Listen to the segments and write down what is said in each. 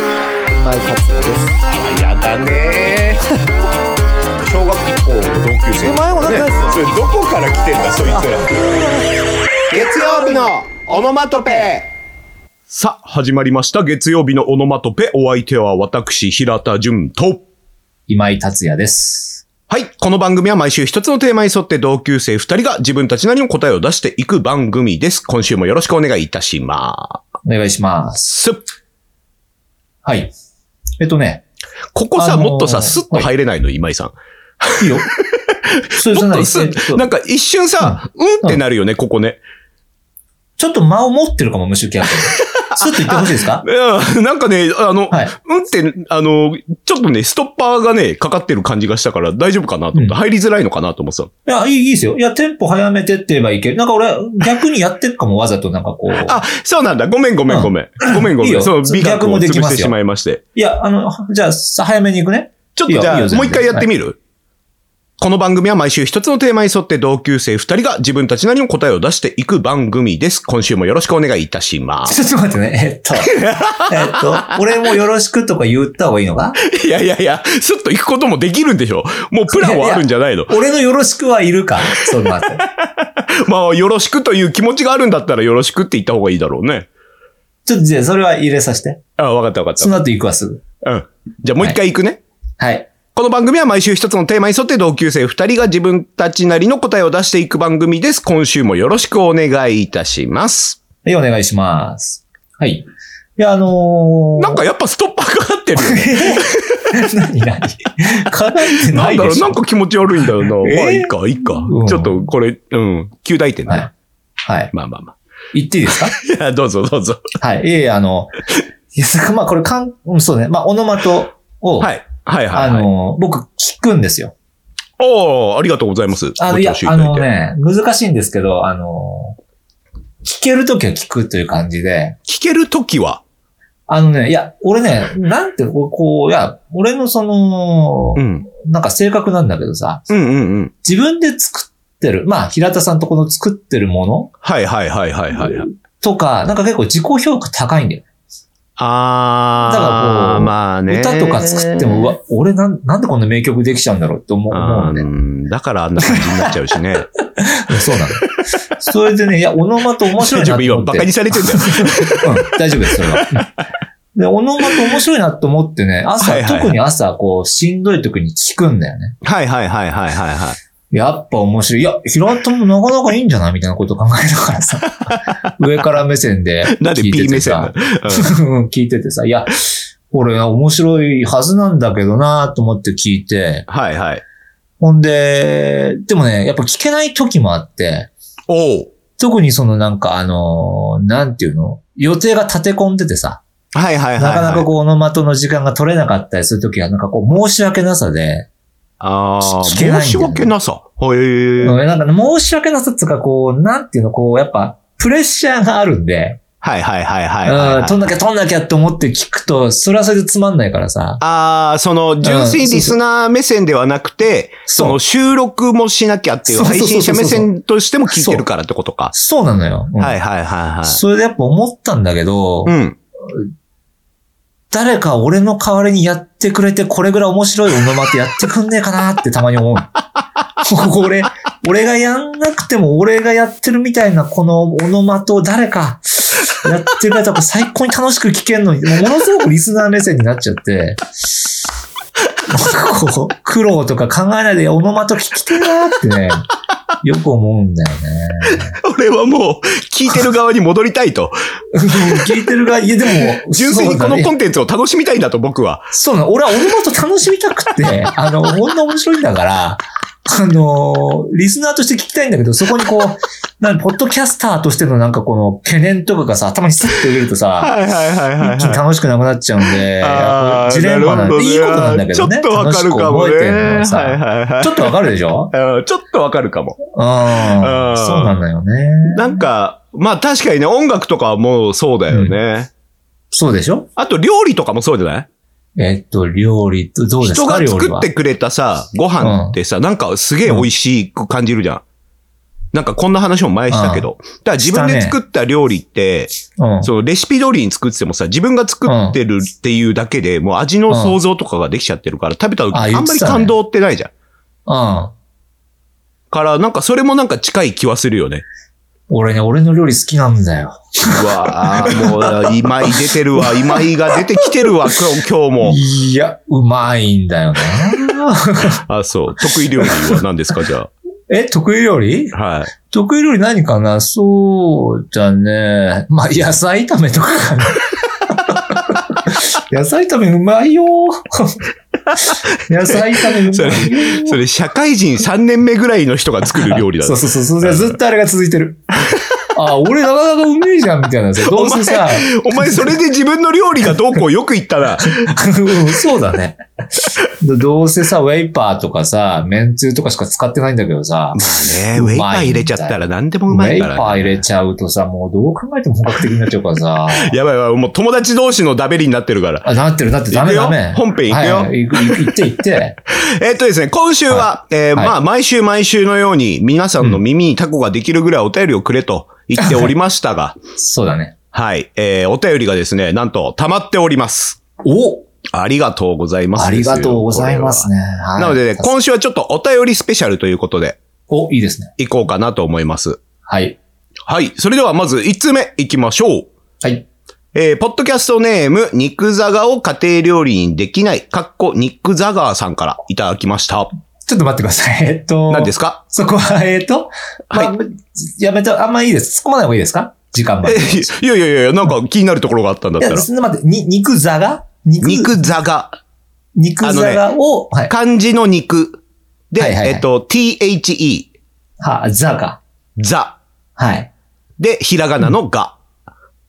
今井達也ですあやだねー小学校の同級生お前もなんかねそれどこから来てんだそいつら月曜日のオノマトペさあ始まりました月曜日のオノマトペお相手は私平田純と今井達也です。はい。この番組は毎週一つのテーマに沿って同級生二人が自分たちなりの答えを出していく番組です。今週もよろしくお願いいたしまお願いします。す。はい。えっとね、ここさ、あのーもっとさ、スッと入れないの、今井さん。いいよ。 そうそもうっなとんスッ、なんか一瞬さ、うん、ってなるよね、ここね。ちょっと間を持ってるかも、無臭キャラクター。スッと言ってほしいです かいや、なんかね、あの、はい。うんって、あの、ちょっとね、ストッパーがね、かかってる感じがしたから大丈夫かなと思った。うん入りづらいのかなと思ってさ。いや、いい、いいですよ。いや、テンポ早めてって言えばいいけど、なんか俺、逆にやってるかも、わざとなんかこう。あ、そうなんだ。ごめんごめんごめん。ごめんごめいいん。よその美学逆をも潰できますよしてしまいまして。いや、あの、じゃあ、さ早めに行くね。ちょっいいとよじゃあ、いいよ全然もう一回やってみる、この番組は毎週一つのテーマに沿って同級生二人が自分たちなりの答えを出していく番組です。今週もよろしくお願いいたします。 ちょっと待ってね。えっと、えっと、俺もよろしくとか言った方がいい のかいやいやいや、スッと行くこともできるんでしょもうプランはあるんじゃ ないの俺のよろしくはいるか。そう待って。まあ、よろしくという気持ちがあるんだったらよろしくって言った方がいいだろうね。ちょっとじゃあ、それは入れさせて。ああ、わかったわかったそ。の後行くわ、すぐ。うん。じゃあもう一回行くね。はい。この番組は毎週一つのテーマに沿って同級生二人が自分たちなりの答えを出していく番組です。今週もよろしくお願いいたします。はい、お願いします。はい。いや、あのー、なんかやっぱストッパーかかってるよね。 何何かかってな なんいだでろう、しょなんか気持ち悪いんだよな。えーまあいいか、いいかう。んちょっとこれ、うん、旧大点だはね。い。はい。まあまあま言っていいですかあ。いや、どうぞどうぞ。 はい。いえいえ、あの、いや、まあこれ、かん、うんそうね。まあ、オノマトを、はい。はいはい、あはい。のー、僕、聞くんですよ。おー、ありがとうございます。あごの、い聴や取、いあただいのて。ね、難しいんですけど、あのー、聞けるときは聞くという感じで、聞けるときは、あのね、いや、俺ね、なんて、こうこう、いや、俺のそのう、ん。なんか性格なんだけどさ、うんうんうん。自分で作ってる、まあ、平田さんとこの作ってるものはいはいはいはいはいはい。とか、なんか結構自己評価高いんだよ。あー、だからこうまあね。歌とか作っても、うわ、俺なん、なんでこんな名曲できちゃうんだろうって思う思あうんーで。うんだからあんな感じになっちゃうしね。そうなの。それでね、いや、オノマト 面白いなと大丈思って。夫、今、バカにされてんだよ。うん、大丈夫です、それは。うんで、オノマト面白いなと思ってね、朝、はいはいはい特に朝、こう、しんどい時に聞くんだよね。はいはいはいはいはいはい。やっぱ面白い。いや、平田もなかなかいいんじゃないみたいなこと考えながらさ、 上から目線でなんで聞い B て目て線なさの、うん聞いててさ、いや、これ面白いはずなんだけどなと思って聞いて、はいはい。ほんで、でもね、やっぱ聞けない時もあって、おう。特にそのなんかあのーなんていうの予定が立て込んでてさ、はいはいはいはい。なかなかこう、オノマトの時間が取れなかったりする時は、なんかこう、申し訳なさで、ああ、聞けないんだよね申し訳なさ。へえ。うんなんか申し訳なさっていうか、こう、なんていうの、こう、やっぱ、プレッシャーがあるんで、はいはいはいはいはいはういん、。取んなきゃ取んなきゃって思って聞くと、それはそれでつまんないからさ、ああ、その、純粋リスナー目線ではなくて、その収録もしなきゃっていそううそう配そうそ信う者目線としても聞いてるからってことか。そうなのよ。うんはいはいはいはい。それでやっぱ思ったんだけど、 うん。誰か俺の代わりにやってくれて、これぐらい面白いオノマってやってくんねえかなってたまに思う。 これ、俺がやんなくても俺がやってるみたいなこのオノマと誰かやってくれたら最高に楽しく聞けんのに、もうものすごくリスナー目線になっちゃって、 なんかこう、苦労とか考えないでオノマと聞きてえなってね、よく思うんだよね。 俺はもう、聞いてる側に戻りたいと。聞いてるが、いやでも、純粋にこそうだのねコンテンツを楽しみたいんだと、僕は。そうなの。俺はオノマト楽しみたく て、あの、こんな面白いんだから、あのリスナーとして聞きたいんだけど、そこにこう、なんポッドキャスターとしてのなんかこの懸念とかがさ、頭にスッと入れるとさ、はいはいはいはい一気には楽しくなくなっちゃうんで、い。ジレンマなんで、でいいことなんだけどね。ちょっとわかるか楽しもね。くはい思えてんのはさはいはいちょっとわかるでしょうんちょっとわかるかも。うん。そうなんだよね。なんか、まあ確かにね、音楽とかはもうそうだよね。そうでしょあと料理とかもそうじゃないえっと、料理と、どうです人かが料理作っはて。くれたさ、ご飯ってさ、なんかすげえ美味しく感じるじゃん。なんかこんな話も前したけど。だから自分で作った料理って、うん。そのレシピ通りに作っててもさ、自分が作ってるっていうだけで、もう味の想像とかができちゃってるから、食べた時ああん言っまてりたね感動ってないじゃん。うん。から、なんかそれもなんか近い気はするよね。俺ね、俺の料理好きなんだよ。うわあもう、今井出てる わ、今井が出てきてるわ、今日今日も。いや、うまいんだよね。あ、そう。得意料理は何ですか、じゃ え、得意料理あ。はい。得意料理何かなそうだね。まあ、野菜炒めとかか な。野菜炒めうまい よ。野菜炒めうそれまいよ。、それ、社会人3年目ぐらいの人が作る料理だそぞう。そうそうそう。それずっとあれが続いてる。あ、俺なかなかうめえじゃん、みたいな さ。どうせさ、お前、それで自分の料理がどうこうよく言った な。うん そうだね。どどうせさ、ウェイパーとかさ、めんつゆとかしか使ってないんだけど さ、まあね、ウェイパー入れちゃったら何でもうウまェいイからね、パー入れちゃうとさ、もうどう考えても本格的になっちゃうから さ。やばいやばい、もう友達同士のダベリになってるから。あ、なってる、なってる、ダメ行ダくよメ。本編行くよはいはい、行く、行く行って行って。えっとですね、今週は、えーはいまあ、毎週毎週のように皆さんの耳にタコができるぐらいお便りをくれと言っておりましたが、そうだね。はい、えー、お便りがですね、なんと溜まっております。おありがとうございますあでりすよ。がとうございますね。はこいれは。なのでね、今週はちょっとお便りスペシャルということで、お、いいですね。行こうかなと思います。はい。はい。それではまず1通目行きましょう。はい。えー、ポッドキャストネーム、肉ざがを家庭料理にできない、かっこ肉ざがさんからいただきました。ちょっと待ってください。えっ と。何ですかそこは、えっと。まあ、やめて、あんまいいです。突っ込まない方がいいですか時間まで。え、いやいやいやいや、なんか気になるところがあったんだっいたらや、。す待って、に、肉座が肉、肉ざが。肉座がを、はい。漢字の肉。で、はいはいはいえっと、THE、は、座が。ざ。はい。で、ひらがなのが。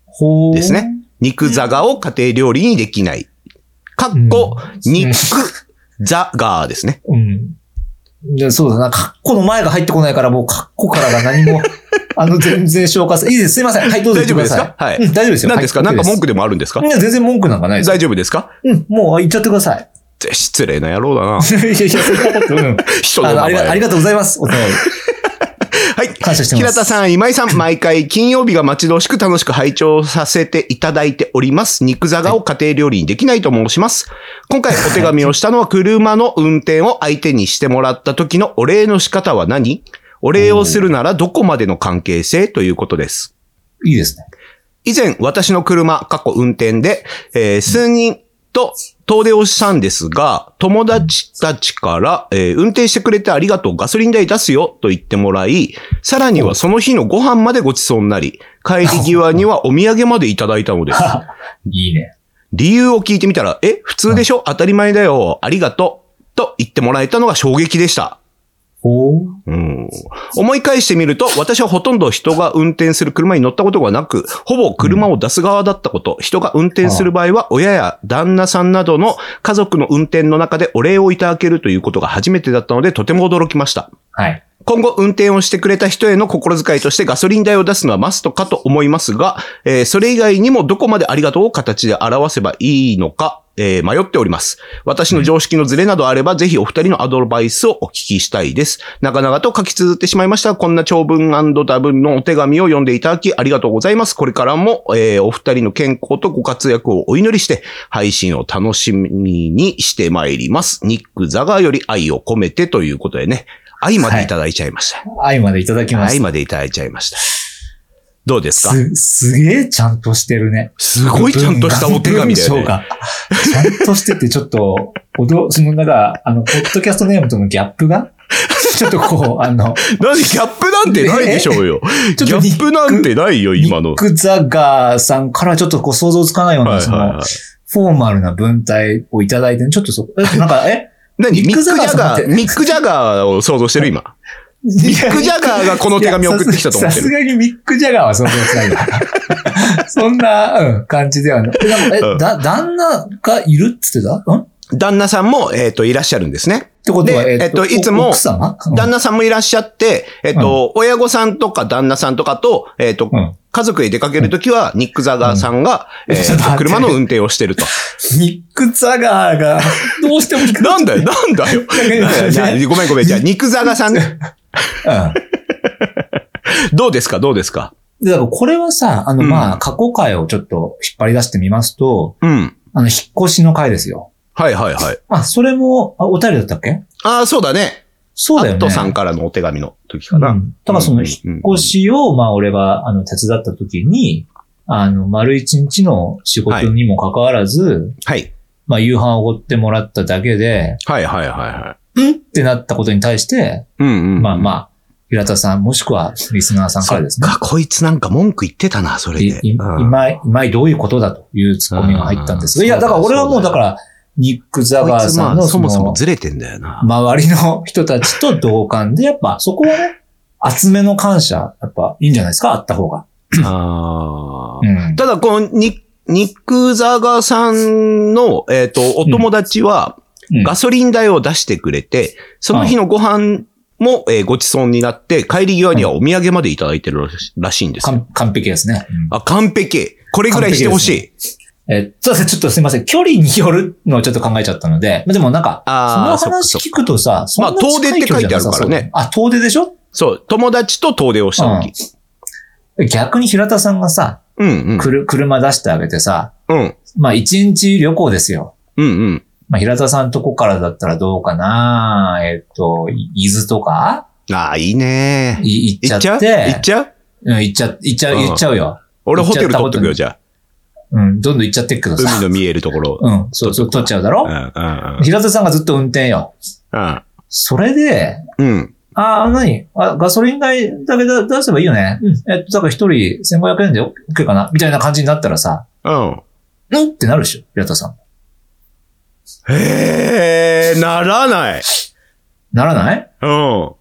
ほーですね。。肉ざがを家庭料理にできない。かっこ、うん肉ざがですね。うん。でそうだな。カッコの前が入ってこないから、もうカッコからが何 も、あの、全然消化すいいです。すいません。はい、どうぞ。大丈夫ですは。かはいいうん、大丈夫ですよ。何ですかはないんか文句 OK でもあるんですかですいや、全然文句なんかないです。大丈夫ですかうん、もう、言っちゃってください。 ぜ失礼な野郎だな。いやいや、そんなこと、うん。人あの名の、前ありが、ありがとうございます。お便り。はい。感謝してます平田さん、今 井さん、毎回金曜日が待ち遠しく楽しく拝聴させていただいております。肉座がを家庭料理にできないと申します。今回お手紙をしたのは車の運転を相手にしてもらった時のお礼の仕方は何お礼をするならどこまでの関係性ということです。いいですね。 以前、私の車、過去運転で、えー数人と遠出をしたんですが、友達たちから、えー運転してくれてありがとう、ガソリン代出すよと言ってもらい、さらにはその日のご飯までごちそうになり、帰り際にはお土産までいただいた のです。いいね。理由を聞いてみたら、え、普通でしょ当たり前だよ、ありがとう、と言ってもらえたのが衝撃でした。おーうん思い返してみると、私はほとんど人が運転する車に乗ったことがなく、ほぼ車を出す側だったこと、人が運転する場合は、親や旦那さんなどの家族の運転の中でお礼をいただけるということが初めてだったので、とても驚きました。はい。今後、運転をしてくれた人への心遣いとしてガソリン代を出すのはマストかと思いますが、えーそれ以外にもどこまでありがとうを形で表せばいいのか、えー迷っております。私の常識のズレなどあれば、ぜひお二人のアドバイスをお聞きしたいです。長々と書き綴ってしまいましたが。こんな長文多文のお手紙を読んでいただきありがとうございます。これからも、えーお二人の健康とご活躍をお祈りして、配信を楽しみにしてまいります。ニック・ザガーより愛を込めてということでね、愛までいただいちゃいました。愛までいただきま愛しまでいただいちゃいました。どうですた。かす、すげえちゃんとしてるね。すごいちゃんとしたお手紙だよ文章ね。がちゃんとしてて、ちょっと、おど、その、なんか、あの、ポッドキャストネームとのギャップ が、ちょっとこう、あの、何ギャップなんてないでしょうよ。ちギょっとャップなんてないよ、今のニッ。ク・ザガーさんからちょっとこう想像つかないようはな、いそはいのはい、。フォーマルな文体をいただいて、ちょっとそこ、えなんか、え何ニミックック・ザジガーャさんっガてー、ミック・ジャガーを想像してる今。ミミック・ジャガーがこの手紙を送ってきたと思ってさする。がにミック・ジャガーは想像つかないわ。そんな、うん、 感じではない。えなんかえ、うんだ、旦那がいるっつってたんっ旦那さんも、えっ、と、いらっしゃるんですね。てことは、でえっといつも奥様旦那さんもいらっしゃって、えっ、と、親御さんとか旦那さんとかと、えっ、と、うん家族へ出かけるときは、ニック・ザガーさんが、うんえーちょっと待って車の運転をしてると。ニック・ザガーが、どうしても引くなんだよ、 なんだよ。なんかごめんごめん。じゃあ、ニック・ザガーさんね。うんどうですかどうですかで、だからこれはさ、あの、うんまあ、過去回をちょっと引っ張り出してみますと、うん。あの、引っ越しの回ですよ。はいはいはい。あ、それも、あ、お便りだったっけああ、そうだね。そうだよね。アットさんからのお手紙の時かうんな。だからその、引っ越し。しを、まあ、俺が、あの、手伝った時に、あの、丸一日の仕事にもかかわらず、はい。まあ、夕飯をおごってもらっただけで、はいはいはいはうんってなったことに対して、い。うんうん。まあまあ。あ、平田さん、もしくは、リスナーさんからですねそっ。か、こいつなんか文句言ってたな、それいで。いうん今井、今井どういうことだというツッコミが入ったんですが。うんいや、だから俺はもうだそうだよから、ニック・ザこガーいつさまんあ、のそそのもそもずれてんだよな。周りの人たちと同感で、やっぱそこはね、厚めの感謝、やっぱいいんじゃないですかあった方が。ああう。ん。ただ、このニッニック・ザーガーさんの、えっ、と、お友達は、うんガソリン代を出してくれて、その日のご飯も、えーごちそうになって、帰り際にはお土産までいただいてるらしらしいんですよ。完完璧ですね。うんあ、完璧。これぐらいしてほし完い。えー、そうですねちょっとすいません。距離によるのをちょっと考えちゃったので、まあでもなんか、そあのあ、そっかそ話っか聞くとさ、そんなまあ遠出って書いて近距あるからね離じゃなさそうだ。あ、遠出でしょそう、友達と遠出をした時。逆に平田さんがさ、うん、うん、くる車出してあげてさ、うん、まあ一日旅行ですよ。うん、うん。まあ平田さんとこからだったらどうかなえっと、い伊豆とかああ、いいねい行っちゃっ、行ってちゃううん行っちゃ、行っちゃう、うん行っちゃうよ。俺ホテル取っとくよ、じゃあ。うん、どんどん行っちゃってっけど海さ。の見えるところ。うん、うん、そうそう、取っちゃうだろ、うん、平田さんがずっと運転よ。うん。それで、うん。ああ、何あ、ガソリン代だけだ出せばいいよね。うん。えっと、だから一人1500円で OK かなみたいな感じになったらさ、うん。うんってなるでしょ平田さん。へえ、ならない。ならないうん。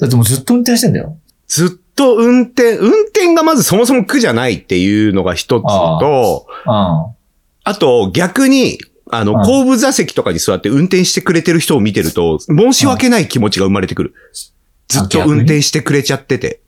だってもうずっと運転してんだよ。ずっと運転、運転がまずそもそも苦じゃないっていうのが一つと、うん。あと逆に、あのう、ん後部座席とかに座って運転してくれてる人を見てると、申し訳ない気持ちが生まれてくる。ずっと運転してくれちゃってて。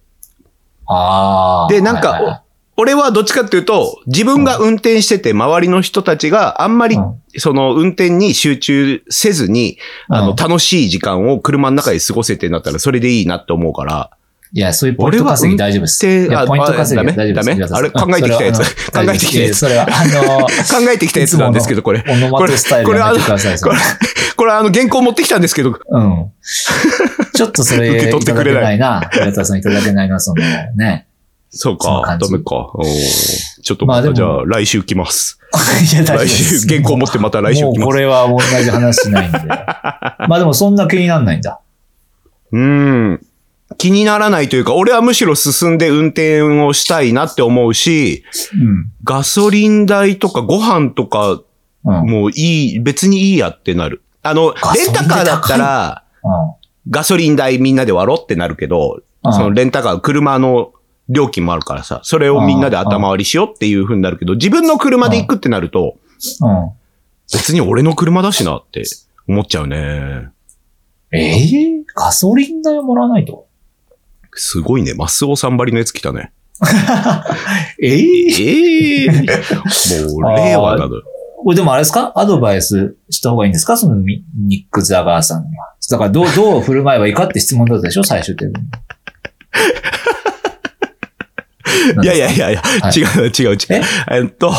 ああ。で、なんはいはいはいか、お俺はどっちかっていうと、自分が運転してて、周りの人たちがあんまりうん、その運転に集中せずに、あうの、ん楽しい時間を車の中で過ごせてんだったら、それでいいなって思うから。いや、そういうポイント稼ぎ大丈夫です。い俺は運転や、ポイント稼ぎあは大丈夫です。ダメ皆さんあれ考えてきたやつうんそれはあの考えてき たやつそれは、あ の、 考えてきたやつなんですけど、これ。オノマトスタイルやめてください。そこれれ、これあの、原稿持ってきたんですけど、うん。ちょっとそれ、 受けい取ってたくだれけなないな。平田さんいただけないな、その ね。そうそのか、感ダじメか。おーちょっとまあまでた、もじゃあ、来週来ます。いや、大丈夫で来す週、原稿持ってまた来週も来うこます。れは同じ話しない んで。まあでもそんな気になんないんだ。うーん。気にならないというか、俺はむしろ進んで運転をしたいなって思うし、うん。ガソリン代とかご飯とかうん。うん。もういい、別にいいやってなる。あの、ガソリレンン代タカーだったら、ガソリン代みんなで割ろうってなるけど、うんそのレンタカー、車の料金もあるからさ、それをみんなで頭割りしようっていう風になるけど、自分の車で行くってなると、うん。別に俺の車だしなって思っちゃうね。ええガソリン代をもらわないと。すごいね。マスオさんばりのやつ来たね。ええええもう、令和なのよ。これでもあれですかアドバイスした方がいいんですかそのミニック・ザガーさんには。だからどう、 どう振る舞えばいいかって質問だったでしょ最終的に。いやいやいやいや、い違う違う違う。ええっと、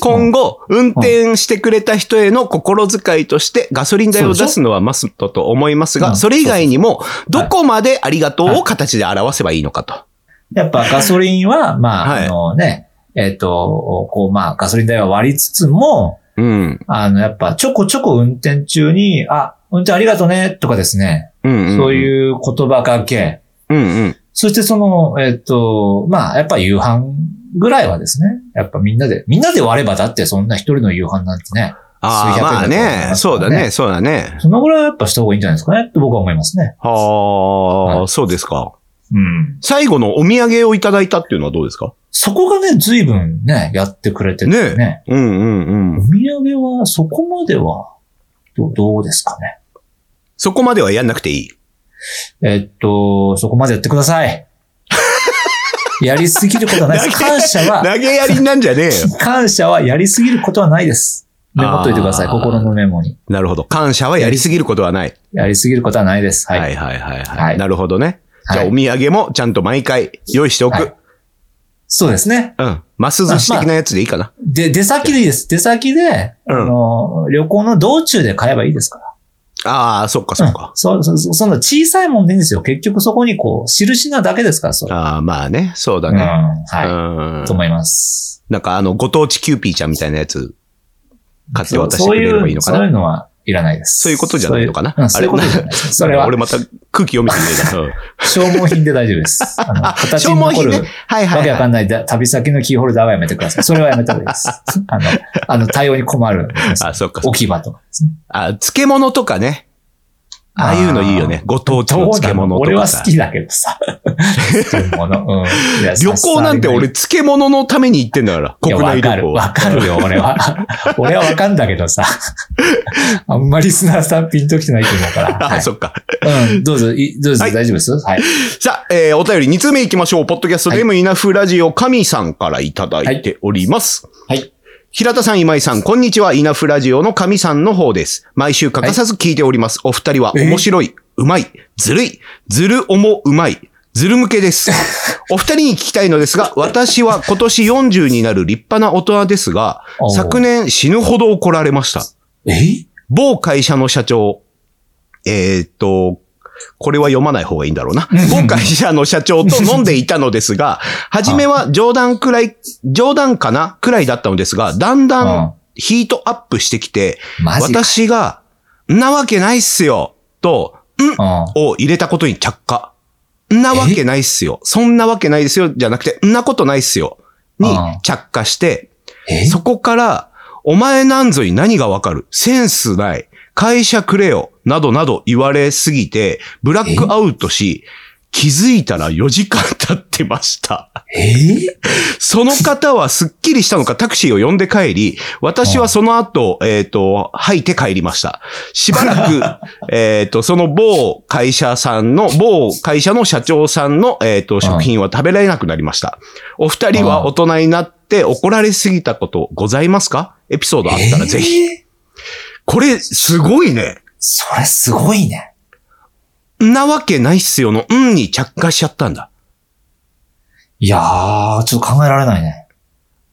今後、運転してくれた人への心遣いとして、ガソリン代を出すのはマストと思いますうが、んそれ以外にも、そうどこまでありがとうを形で表せばいいのかと。やっぱガソリンは、まあ、はいあのね、えっ、と、こう、まあ、ガソリン代は割りつつも、うん。あの、やっぱちょこちょこ運転中に、あ、運転ありがとね、とかですね、うん、うん。そうう。いう言葉がけ。うんうん。そしてその、えっ、と、まあ、やっぱ夕飯ぐらいはですね、やっぱみんなで、みんなで割ればだってそんな一人の夕飯なんてね、あ数百あ、円だとま思あいますからねね。そうだね、そうだね。そのぐらいはやっぱした方がいいんじゃないですかねって僕は思いますね。ははあ、そうですか。うん。最後のお土産をいただいたっていうのはどうですかそこがね、随分ね、やってくれててね。うんうんおうん。土産はそこまではど、どうですかね。そこまではやんなくていい。えっと、そこまでやってくださ い。やりすぎることはないです。投げ感謝は、投げやりなんじゃ ねえよ。感謝はやりすぎることはないです。メモっといてください。あー心のメモに。なるほど。感謝はやりすぎることはない。やりすぎることはないです。はい。はいはいはいはい。はいなるほどね。じゃあ、はいお土産もちゃんと毎回用意しておく。はいそうですね。うん。ます寿司的なやつでいいかな。で、出先でいいです。出先で、うんあの、旅行の道中で買えばいいですから。ああー、そっかそっんか。そう、そう、そうそんな小さいもんでいいんですよ。結局そこにこう、印なだけですから、それ。ああ、まあね、そうだうん。ね。うはんい。と思います。なんかあの、ご当地キューピーちゃんみたいなやつ、買ってそう渡してそくうれればいいいのう、かそうないう。のはいらないです。そういうことじゃないのかなそういううんそういうことじゃないです。それは俺、また空気読みて ねえ消耗品で大丈夫 です。あの、な。形消に耗残品るね。。はいわはけいわはい。かんないだ旅先のキーホルダーはやめてください。それはやめた方がいい です。あの、あの、対応に困る。あ、そっか。置き場とかですね。あ、漬物とかね。ああいうのいいよね。ご当地のどうなの漬物と俺はかさ好。きだけど さ。漬物。うん。いや旅行なんて俺、、漬物のために行ってんだから。国内旅行。わかるわかるよ、俺 は。俺はわかんだけどさ。あんまりリスナーさんピンときてないと思うから。はあ、いそっか。うん、どうぞ、いどうぞ、はい大丈夫ですはい。さあ、えーお便り2通目行きましょう。ポッドキャストネームイナフラジオ神さんからいただいております。はい。平田さん、今井さん、こんにちは。イナフラジオの神さんの方です。毎週欠かさず聞いております。お二人は面白い、うまい、ずるい、ずるおもうまい、ずる向け です。お二人に聞きたいのですが、私は今年40になる立派な大人ですがお、ー昨年死ぬほど怒られました。え某会社の社長、えーっと、これは読まない方がいいんだろうな。某会社の社長と飲んでいたので すが、初めは冗談くらい、冗談かなくらいだったのですが、だんだうんんヒートアップしてきて、マジか。私が、んなわけないっすよ、と、んうん。を入れたことに着火。んなわけないっすよ。そんなわけないですよ、じゃなくて、んなことないっすよ。にうん着火して、えそこから、お前なんぞに何がわかるセンスない。会社くれよ。などなど言われすぎて、ブラックアウトし、気づいたら4時間経ってました。えその方はすっきりしたのかタクシーを呼んで帰り、私はその後、えっ、と、吐いて帰りました。しばら く、えっと、その某会社さんの、某会社の社長さんの、えっ、と、食品は食べられなくなりました。お二人は大人になって怒られすぎたことございますかエピソードあったらぜひ。ひ。これ、すごいね。それすごいね。んなわけないっすよの、うんに着火しちゃったんだ。いやー、ちょっと考えられないね。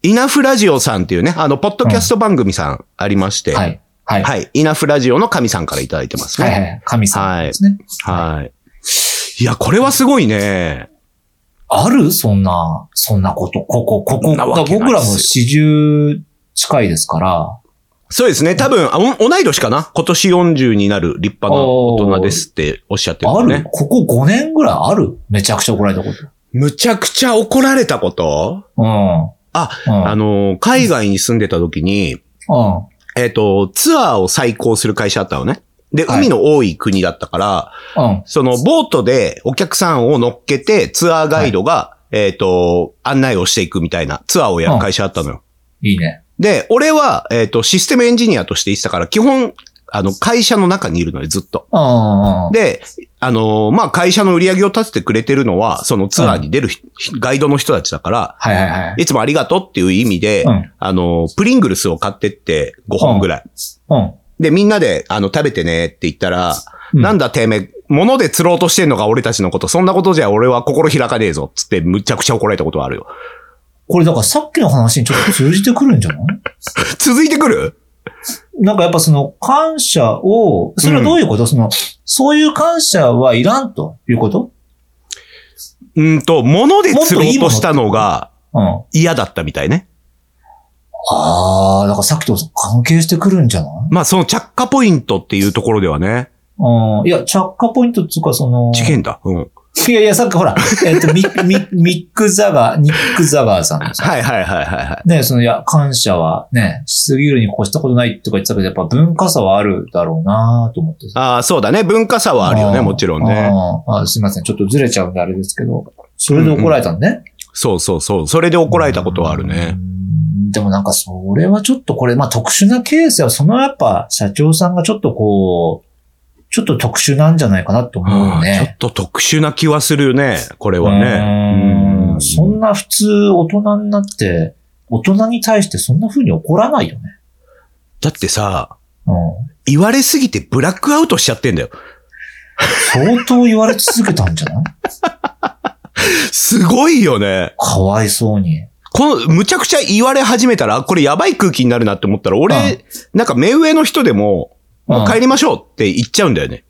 イナフラジオさんっていうね、あの、ポッドキャスト番組さんありまして、はい。はい。はい。はい。イナフラジオの神さんからいただいてますはいね。はい。神様ですね。はい。いや、これはすごいね。あるそんな、そんなこと。ここ、こそこ。んなわだけからな僕いっらすよも四十近いですから。そうですね。多分、あお同い年かな今年40になる立派な大人ですっておっしゃってるあのるね。ここ5年ぐらいあるめちゃくちゃ怒られたこと。むちゃくちゃ怒られたことうん。あ、うん、あの、海外に住んでた時に、うん。えっ、と、ツアーを再興する会社だったのね。で、はい海の多い国だったから、うん。そのボートでお客さんを乗っけてツアーガイドが、えっ、と、案内をしていくみたいなツアーをやる会社だったのよ。いいね。で、俺は、えっ、と、システムエンジニアとしていってたから、基本、あの、会社の中にいるので、ずっと。うんうんうん。で、あのーまあ、会社の売り上げを立ててくれてるのは、そのツアーに出るひ、ガイドの人たちだから、はいはいはい。いつもありがとうっていう意味で、うんあのープリングルスを買ってって5本ぐらい。うん。で、みんなで、あの、食べてねって言ったら、うんなんだてめえ、物で釣ろうとしてんのが俺たちのこと、そんなことじゃ俺は心開かねえぞ、つってむちゃくちゃ怒られたことはあるよ。これだからさっきの話にちょっと通じてくるんじゃない続いてくるなんかやっぱその感謝を、それはどういうこと、その、そういう感謝はいらんということうんと、物で釣ろうとしたのがうん。嫌だったみたいね。ああ、だからさっきと関係してくるんじゃないまあ、その着火ポイントっていうところではね、うん。いや、着火ポイントっていうか、その、事件だ。うん。いやいや、さっきほら、えっ、と、ミッ、ミッ、ミックザガー、ニックザガーさんです。はいはいはいはいはい。ね、その、いや、感謝はね、しすぎるに越したことないとか言ってたけど、やっぱ文化差はあるだろうなと思ってさ。ああ、そうだね。文化差はあるよね、もちろんね。あーあーすいません、ちょっとずれちゃうんであれですけど、それで怒られたのね。そうそうそう。それで怒られたことはあるうね。ん。でもなんか、それはちょっとこれ、まあ特殊なケースは、そのやっぱ、社長さんがちょっとこう、ちょっと特殊なんじゃないかなと思うようんちょね。っと特殊な気はするよね、これはうね。うんんそんな普通大人になって、大人に対してそんな風に怒らないよね。だってさ、うん。言われすぎてブラックアウトしちゃってんだよ。相当言われ続けたんじゃ ないすごいよね。かわいそうに。この、むちゃくちゃ言われ始めたら、あこれやばい空気になるなって思ったら、俺、なんか目上の人でも、もう帰りましょうって言っちゃうんだよね。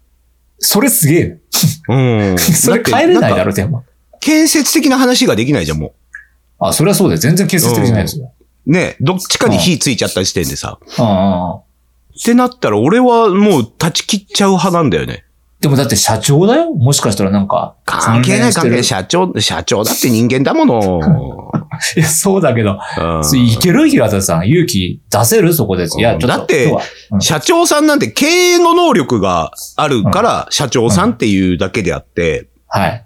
それすげえ。う ん。それって帰れないだんろ、かでも。建設的な話ができないじゃん、もあ、それはそうだよ。全然建設的じゃないですよ。う。ねどっちかに火ついちゃった時点でさ。うんうんうん。ってなったら、俺はもう断ち切っちゃう派なんだよね。でもだって社長だよもしかしたらなんか。関係ない関係関係なない。い社長、社長だって人間だもの。いや、そうだけど。 うんそれいける平田さん。勇気出せるそこで。いや、ちょっと。だって今日はうん社長さんなんて経営の能力があるから、社長さんっていうだけであって、はい。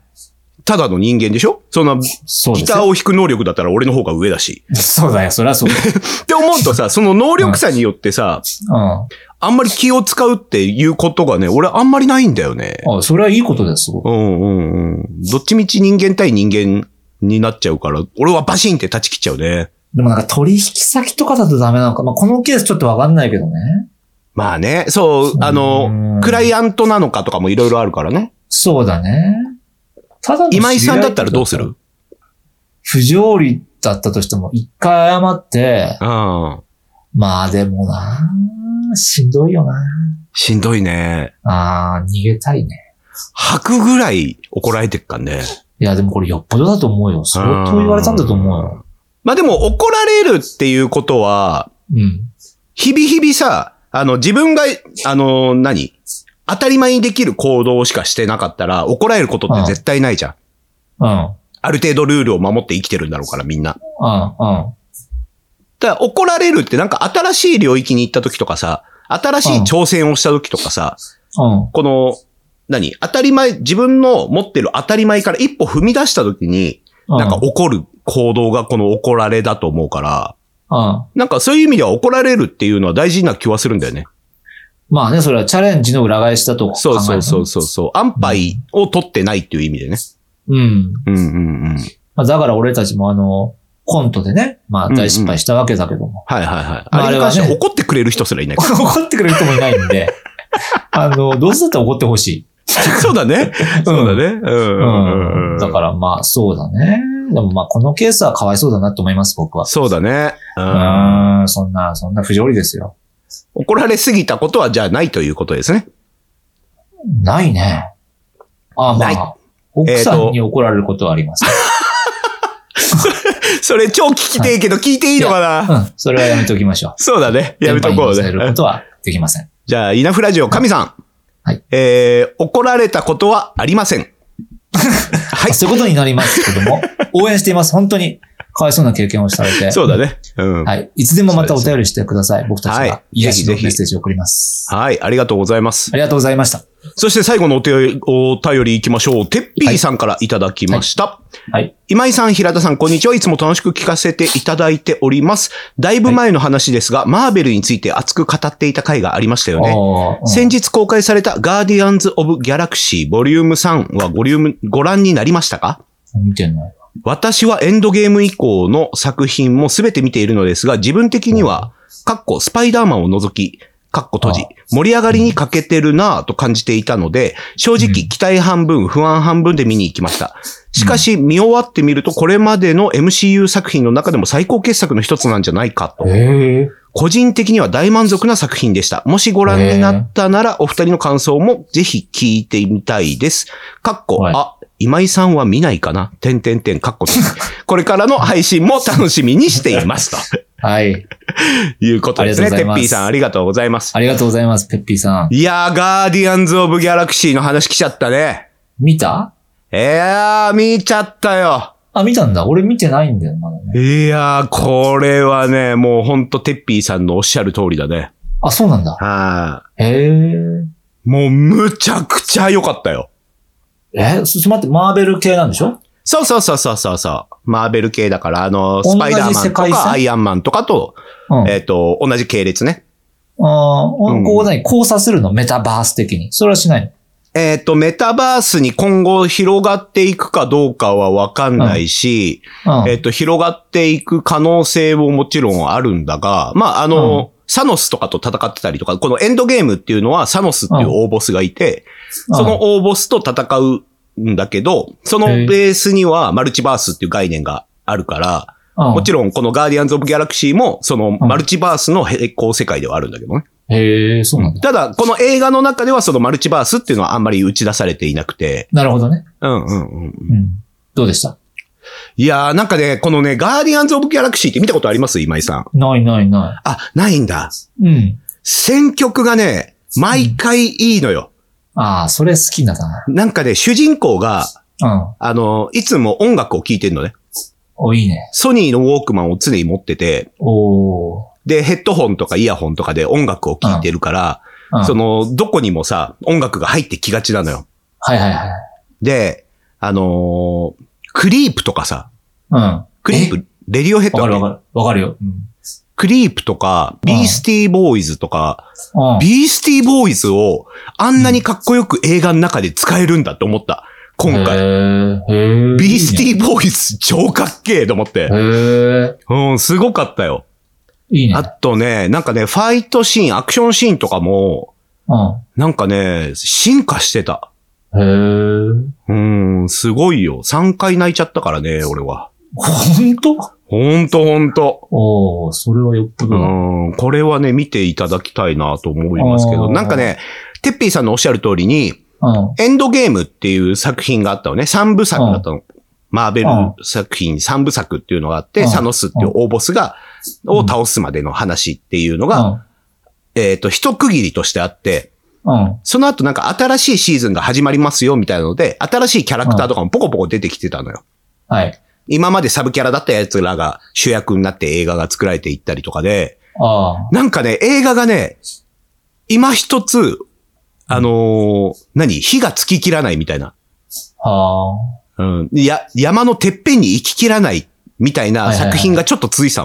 ただの人間でしょそんな、そうギですターよ。を弾く能力だったら俺の方が上だし。そうだよ。それはそうだよ。って思うと さ、その能力差によってさ、あんまり気を使うっていうことがね、俺あんまりないんだよね。うん。あそれはいいことです。すごくうんうんうん。どっちみち人間対人間になっちゃうから、俺はバシンって断ち切っちゃうね。でもなんか取引先とかだとダメなのか。まあ、このケースちょっとわかんないけどね。まあね、そう、あうのん、クライアントなのかとかもいろいろあるからね。そうだね。ただの知り合い今井さんだったらどうする不条理だったとしても、一回謝って、うん。まあでもな、しんどいよな。しんどいね。あー逃げたいね。吐くぐらい怒られてっかんね。いや、でもこれよっぽどだと思うよ。相当言われたんだと思うよ。まあでも怒られるっていうことは、うん。日々日々さ、あの自分が、あの、何当たり前にできる行動しかしてなかったら怒られることって絶対ないじゃん。うん。うん。ある程度ルールを守って生きてるんだろうからみんな。うん。ただ怒られるってなんか新しい領域に行った時とかさ、新しい挑戦をした時とかさ、うん。この、何当たり前、自分の持ってる当たり前から一歩踏み出した時に、うん。なんか怒る行動がこの怒られだと思うから、うん。なんかそういう意味では怒られるっていうのは大事な気はするんだよね。まあね、それはチャレンジの裏返しだと考え。そうそうそううそうそう。安牌を取ってないっていう意味でね。うん。うんうんうん。はいまあ、だから俺たちもあの、コントでね、まあ大失敗したわけだけども。はいはい。まああれに関してあれははね怒ってくれる人すらいないか 怒ってくれる人もいないんで、 あの、どうせだったら怒ってほしい。ら。 そうだね。そうだね。うんうんうん。。だかららまあ、そうだね。でもまあ、このケースはかわいそうだなと思います、僕は。そうだね。うんうん、そんな、そんな不条理ですよ。怒られすぎたことはじゃあないということですね。ないね。あ、まないあ、奥さんに怒られることはあります。 それ超聞きてえけど聞いていいのかなうん、それはやめておきましょ そうだね。う。やめとこ電波にう乗せるこね。とはできません。 じゃあ、イナフラジオ、神さん。はい。えー、怒られたことはありません。はいそういうことになりますけど も、応援しています。本当に、かわいそうな経験をされて。そうだね。うん。はい。いつでもまたお便りしてください。僕たちはがい癒しのぜメひぜひッセージを送ります。はい、ありがとうございます。ありがとうございました。そして最後のお手お便り行きましょう。てっぴーさんからいただきました。はい。今井さん、平田さん、こんにちは。いつも楽しく聞かせていただいております。だいぶ前の話ですが、マーベルについて熱く語っていた回がありましたよね。おーうん先日公開されたガーディアンズ・オブ・ギャラクシーボリューム3はボリュームご覧になりましたか見てんの私はエンドゲーム以降の作品も全て見ているのですが、自分的には、かっこスパイダーマンを除き、かっこ閉じあ、盛り上がりに欠けてるなぁと感じていたので、正う直ん期待半分、不安半分で見に行きました。しかし、見終わってみると、これまでの MCU 作品の中でも最高傑作の一つなんじゃないかと。ええ。個人的には大満足な作品でした。もしご覧になったなら、お二人の感想もぜひ聞いてみたいです。かっこ、はいあ、今井さんは見ないかなてんてんてん、かっこ。これからの配信も楽しみにしていま す。とはい。いうことですね。ありがてとっうございますぴーさん、ありがとうございます。ありがとうございます、ペッピーさん。いやー、ガーディアンズ・オブ・ギャラクシーの話来ちゃったね。見たいやー、見ちゃったよ。あ、見たんだ。俺見てないんだよ、まだね。いやー、これはね、もうほんとてっぴーさんのおっしゃる通りだね。あ、そうなんだ。はへえ。い。もうむちゃくちゃ良かったよ。え、ちょっと待って、マーベル系なんでしょそうそうそうそうそうそう。マーベル系だから、あの、同じスパイダーマンと世界線か、アイアンマンとかと、うん。えっ、と、同じ系列ね。あーうんこう何交差するのメタバース的に。それはしないのえっ、と、メタバースに今後広がっていくかどうかはわかんないし、うん。えっ、と、広がっていく可能性ももちろんあるんだが、まあ、あの、サノスとかと戦ってたりとか、このエンドゲームっていうのはサノスっていう大ボスがいて、うんその大ボスと戦うんだけど、そのへえベースにはマルチバースっていう概念があるから、もちろんこのガーディアンズ・オブ・ギャラクシーも、そのマルチバースの平行世界ではあるんだけどね。ろん。へえ、そうなんだ。ただ、この映画の中ではそのマルチバースっていうのはあんまり打ち出されていなくて、なるほどね。うんうんうん。うん。どうでしたいやー、なんかね、このね、ガーディアンズ・オブ・ギャラクシーって見たことあります今井さん。ないないなあ、ないんだ。い。うん。選曲がね、毎回いいのよ。ああ、それ好きだな。なんかね、主人公が、うん。あの、いつも音楽を聴いてんのね。お、いいね。ソニーのウォークマンを常に持ってて、おー。で、ヘッドホンとかイヤホンとかで音楽を聴いてるから、うんその、どこにもさ、音楽が入ってきがちなのよ。はいはいはい。で、あのークリープとかさ、うん。わクリープ、レディオヘッドかるだわっけかる。わかるよ。うん。クリープとか、うんビースティーボーイズとか、うんビースティーボーイズをあんなにかっこよく映画の中で使えるんだって思った。今回。へえ。へえ。ビースティーボーイズ超かっけえと思って。へえ。うん、すごかったよ。いいね。あとね、なんかね、ファイトシーン、アクションシーンとかも、うなんかね、進化してた。ん。へえ。うん、すごいよ。3回泣いちゃったからね、俺は。ほんとほんとほんと。おー、それはよっぽどうだ。ん、これはね、見ていただきたいなと思いますけあど、ーなんかね、てっぴーさんのおっしゃる通りに、うん。エンドゲームっていう作品があったのね。3部作だったの。マーベル作品3部作っていうのがあうって、んサノスっていう大ボスが、を倒すまでの話っていうのが、えっと、一区切りとしてあって、うん。うん。その後なんか新しいシーズンが始まりますよみたいなので、新しいキャラクターとかもポコポコ出てきてたのよ。はい。今までサブキャラだった奴らが主役になって映画が作られていったりとかで、あなんかね、映画がね、今一つ、あのー何火がつききらないみたいな。あ。あうん。や、山のてっぺんに行ききらないみたいなはいはいはい作品がちょっとついさ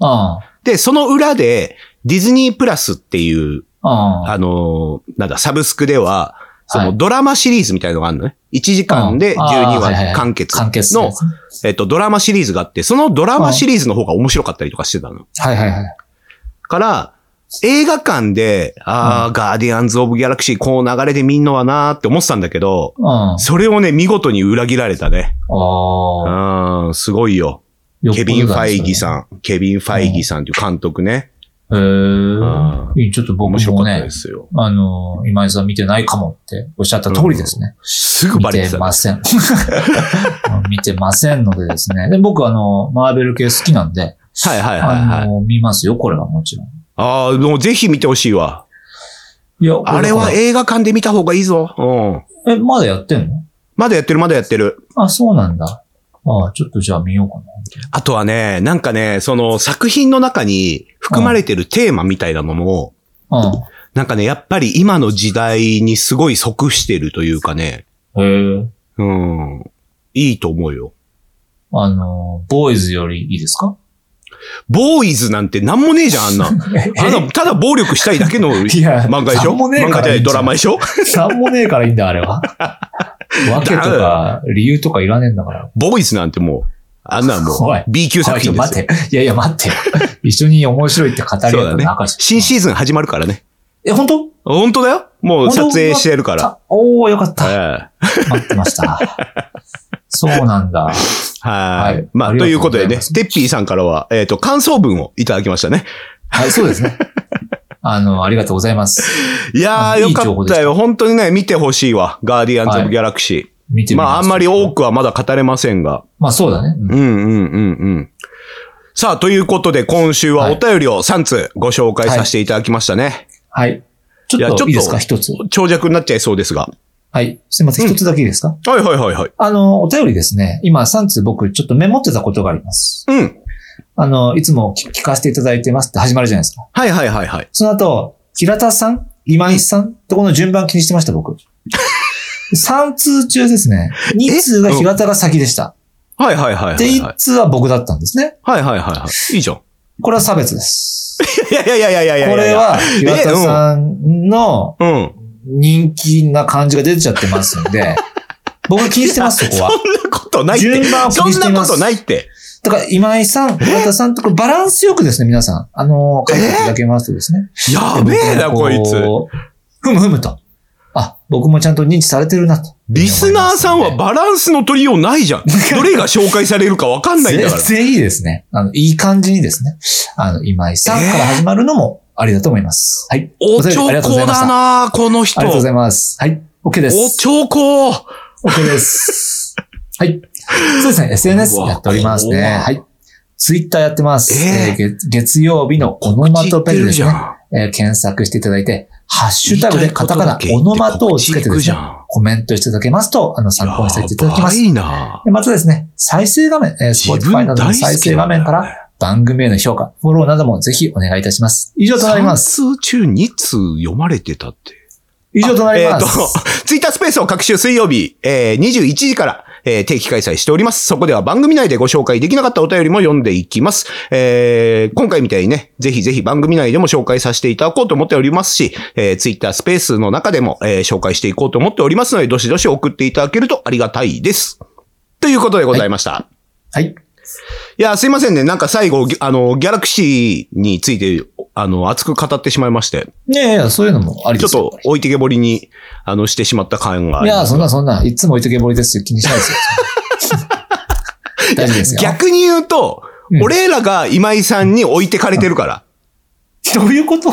の。あ。で、その裏で、ディズニープラスっていう、うん。うん。あのーなんだ、サブスクでは、そはのいドラマシリーズみたいのがあるのね。1時間でう12んあーはいはいは話い完結完結するのやつ、えっと、ドラマシリーズがあって、そのドラマシリーズの方が面白かったりとかしてたの。はいはいはい。から、映画館で、ああ、ガーディアンズ・オブ・ギャラクシー、こう流れで見んのはなーって思ってたんだけど、うん。あそれをね、見事に裏切られたね。うあ。ん、すごいよ。よっぽどだねケビン・ファイギさん。ケビン・ファイギさんっていう監督ね。それへんえ。いいちょっと僕面白かもったねで、すよ。あの、今井さん見てないかもっておっしゃった通りですね。すぐバレ見ててた。ませ ん。見てませんのでですね。で僕あの、マーベル系好きなんで、はいはいはいはあい。の、見ますよ、これはもちろん。ああ、もうぜひ見てほしいわ。いや、あれはえ、映画館で見た方がいいぞ。うん。え、まだやってんのまだやってる、まだやってる。あ、そうなんだ。ああ、ちょっとじゃあ見ようかあとはね、なんかね、その作品の中に含まれてるテーマみたいなのも、な。なんかね、やっぱり今の時代にすごい即してるというかね、うん。へえ。うん。いいと思うよ。あの、ボーイズよりいいですかボーイズなんてなんもねえじゃん、あ んな。あんなただ暴力したいだけのいや漫画でしょなんもねえ漫か画らいでいじドゃんラマでしょなんもねえからいいんだ、あれ は。わけとか、理由とかいらねえんだから。ボーイズなんてもう、あんなもおいう B 級作はいちょ品っとですよ。待って。いやいや、待 ってよ。一緒に面白いって語り合そうっだたね中。じゃん新シーズン始まるからね。え、本当本当だよもう撮影してるから。たおー、よかった。ええ待ってま した。そうなんだ。はい。はいまああ、りがとといううごこざとでいねま、すてっぴーさんからは、えっ、と、感想文をいただきましたね。はい、そうですね。あの、ありがとうございます。いやあー、いよいか情報っでしたたよ。本当にね、見てほしいわ。ガーディアンズ・オブ・ギャラクシ見ー。てみまあ、あんまり多く。くはまだ語れませんが。まあ、そうだね。うんうんうんうんうん。さあ、ということで、今週ははいお便りを3通ご紹介させていただきましたね。はい。いちやょっちとょっといいですか、一つ。長尺になっちゃいそうですが。はい。すいません、うん一つだけいいですかはいはいはいはい。あの、お便りですね。今、3通僕、ちょっとメモってたことがあります。うん。あの、いつも聞聞かせていただいてますって始まるじゃないですか。はいはいはいはい。その後、平田さん今井さんとこの順番気にしてました、 僕。3通中ですね。2通が平田が先でした。はいはいはいはで、い、は1い。通は僕だったんですね。はいはいはいはい。いいじゃん。これは差別です。いやいやいやいやいやいやいや。これは、平田さんのうん。人気な感じが出ちゃって ますんで、僕気にしてます、そこは。そんなことないって。順番を気そにんしていまなこすとないって。だから、今井さん、岩田さんとかバランスよくですね、皆さん。あの、書いていただけますとですね。やべえな、こいつ。う。ふむふむと。あ、僕もちゃんと認知されてるなと。リスナーさん思はいまバランスの取りようないじ ゃん。どれが紹介されるかわかんすないんね だから。全然いいですね。あの、いい感じにですね。あの、今井さんから始まるのもありだと思います。はい。おお便ちりょありがとうござこいました。だあな、この人。りがとうございます。はい。OK でおす。ちょこ。 OK です。はい。そう ですね。SNS うわやっておりますね。怖っはい。Twitter やってます。えええー月月曜日のオノマトペでです知ってるじゃね。ん。えー検索していただいて、ハッシュタグでカタカナ、オノマトをつけてですね、コメントしていただけますと、あの、参考にさせていただきます。やばいな。でまたですね、再生画面、えー、自 Spotify 分など大好のきだね再生画面から番組への評価、フォローなどもぜひお願いいたします。以上となります。 3通中2通読まれてたって。以上となりえっ、まとす。、ツイッタースペースを各週水曜日、えー、21時から、えー定期開催しております。そこでは番組内でご紹介できなかったお便りも読んでいきます。えー、今回みたいにね、ぜひぜひ番組内でも紹介させていただこうと思っておりますし、えー、ツイッタースペースの中でも、えー紹介していこうと思っておりますので、どしどし送っていただけるとありがたいです。ということでございました。はい。いや、すいませんね。なんか最後、ぎあの、ギャラクシーについて、あの、熱く語ってしまいまして、いやいや、そういうのもありちでょっすよと置いてけぼりに、あの、してしまった感があいりますや、そんなそんな、いつも置いとけぼりですよ。気にしないです よ。大丈夫ですよ。逆に言うと、うん俺らが今井さんに置いてかれてるから。どういうこと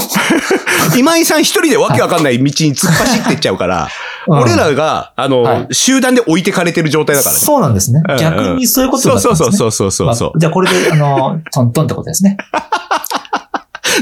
今井さん一人でわけわかんない道に突っ走ってっちゃうから、 うん俺らが、あの、はい集団で置いてかれてる状態だからね。そうなんですねうんうん。逆にそういうことだったんですね。そうそうそうそうそうそうまあじゃあこれで、あの、トントンってことですね。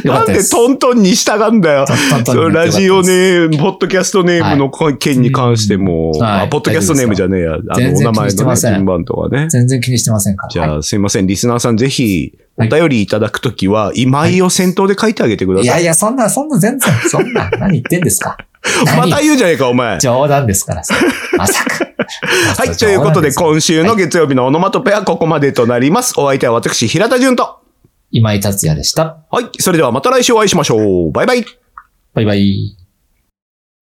よか なっんたで。ですトントンに従うんだよ。トントンそにうなっラてよかったですジオネーム、ポッドキャストネームのこ件に関しても、はいあポッドキャストネームじゃねえや、あの、全お然気に名前しての、まね、せん順番とかね。全然気にしてませんから。じはゃあ、すいません。リスナーさん、ぜひ、おはい便りいただくときは、今井を先頭で書いてあげてくだい、いさやい。いや、そんな、そんな、全然、そん な、何言ってんですか。また何言うじゃねえか、お前。冗談ですから、それまさか。 はい、ということ冗談で、すよ今週の月曜日のオノマトペはここまでとなります。お相手は私、平田純と。今井達也でした。はい、それではまた来週お会いしましょう。バイバイ。バイバイ。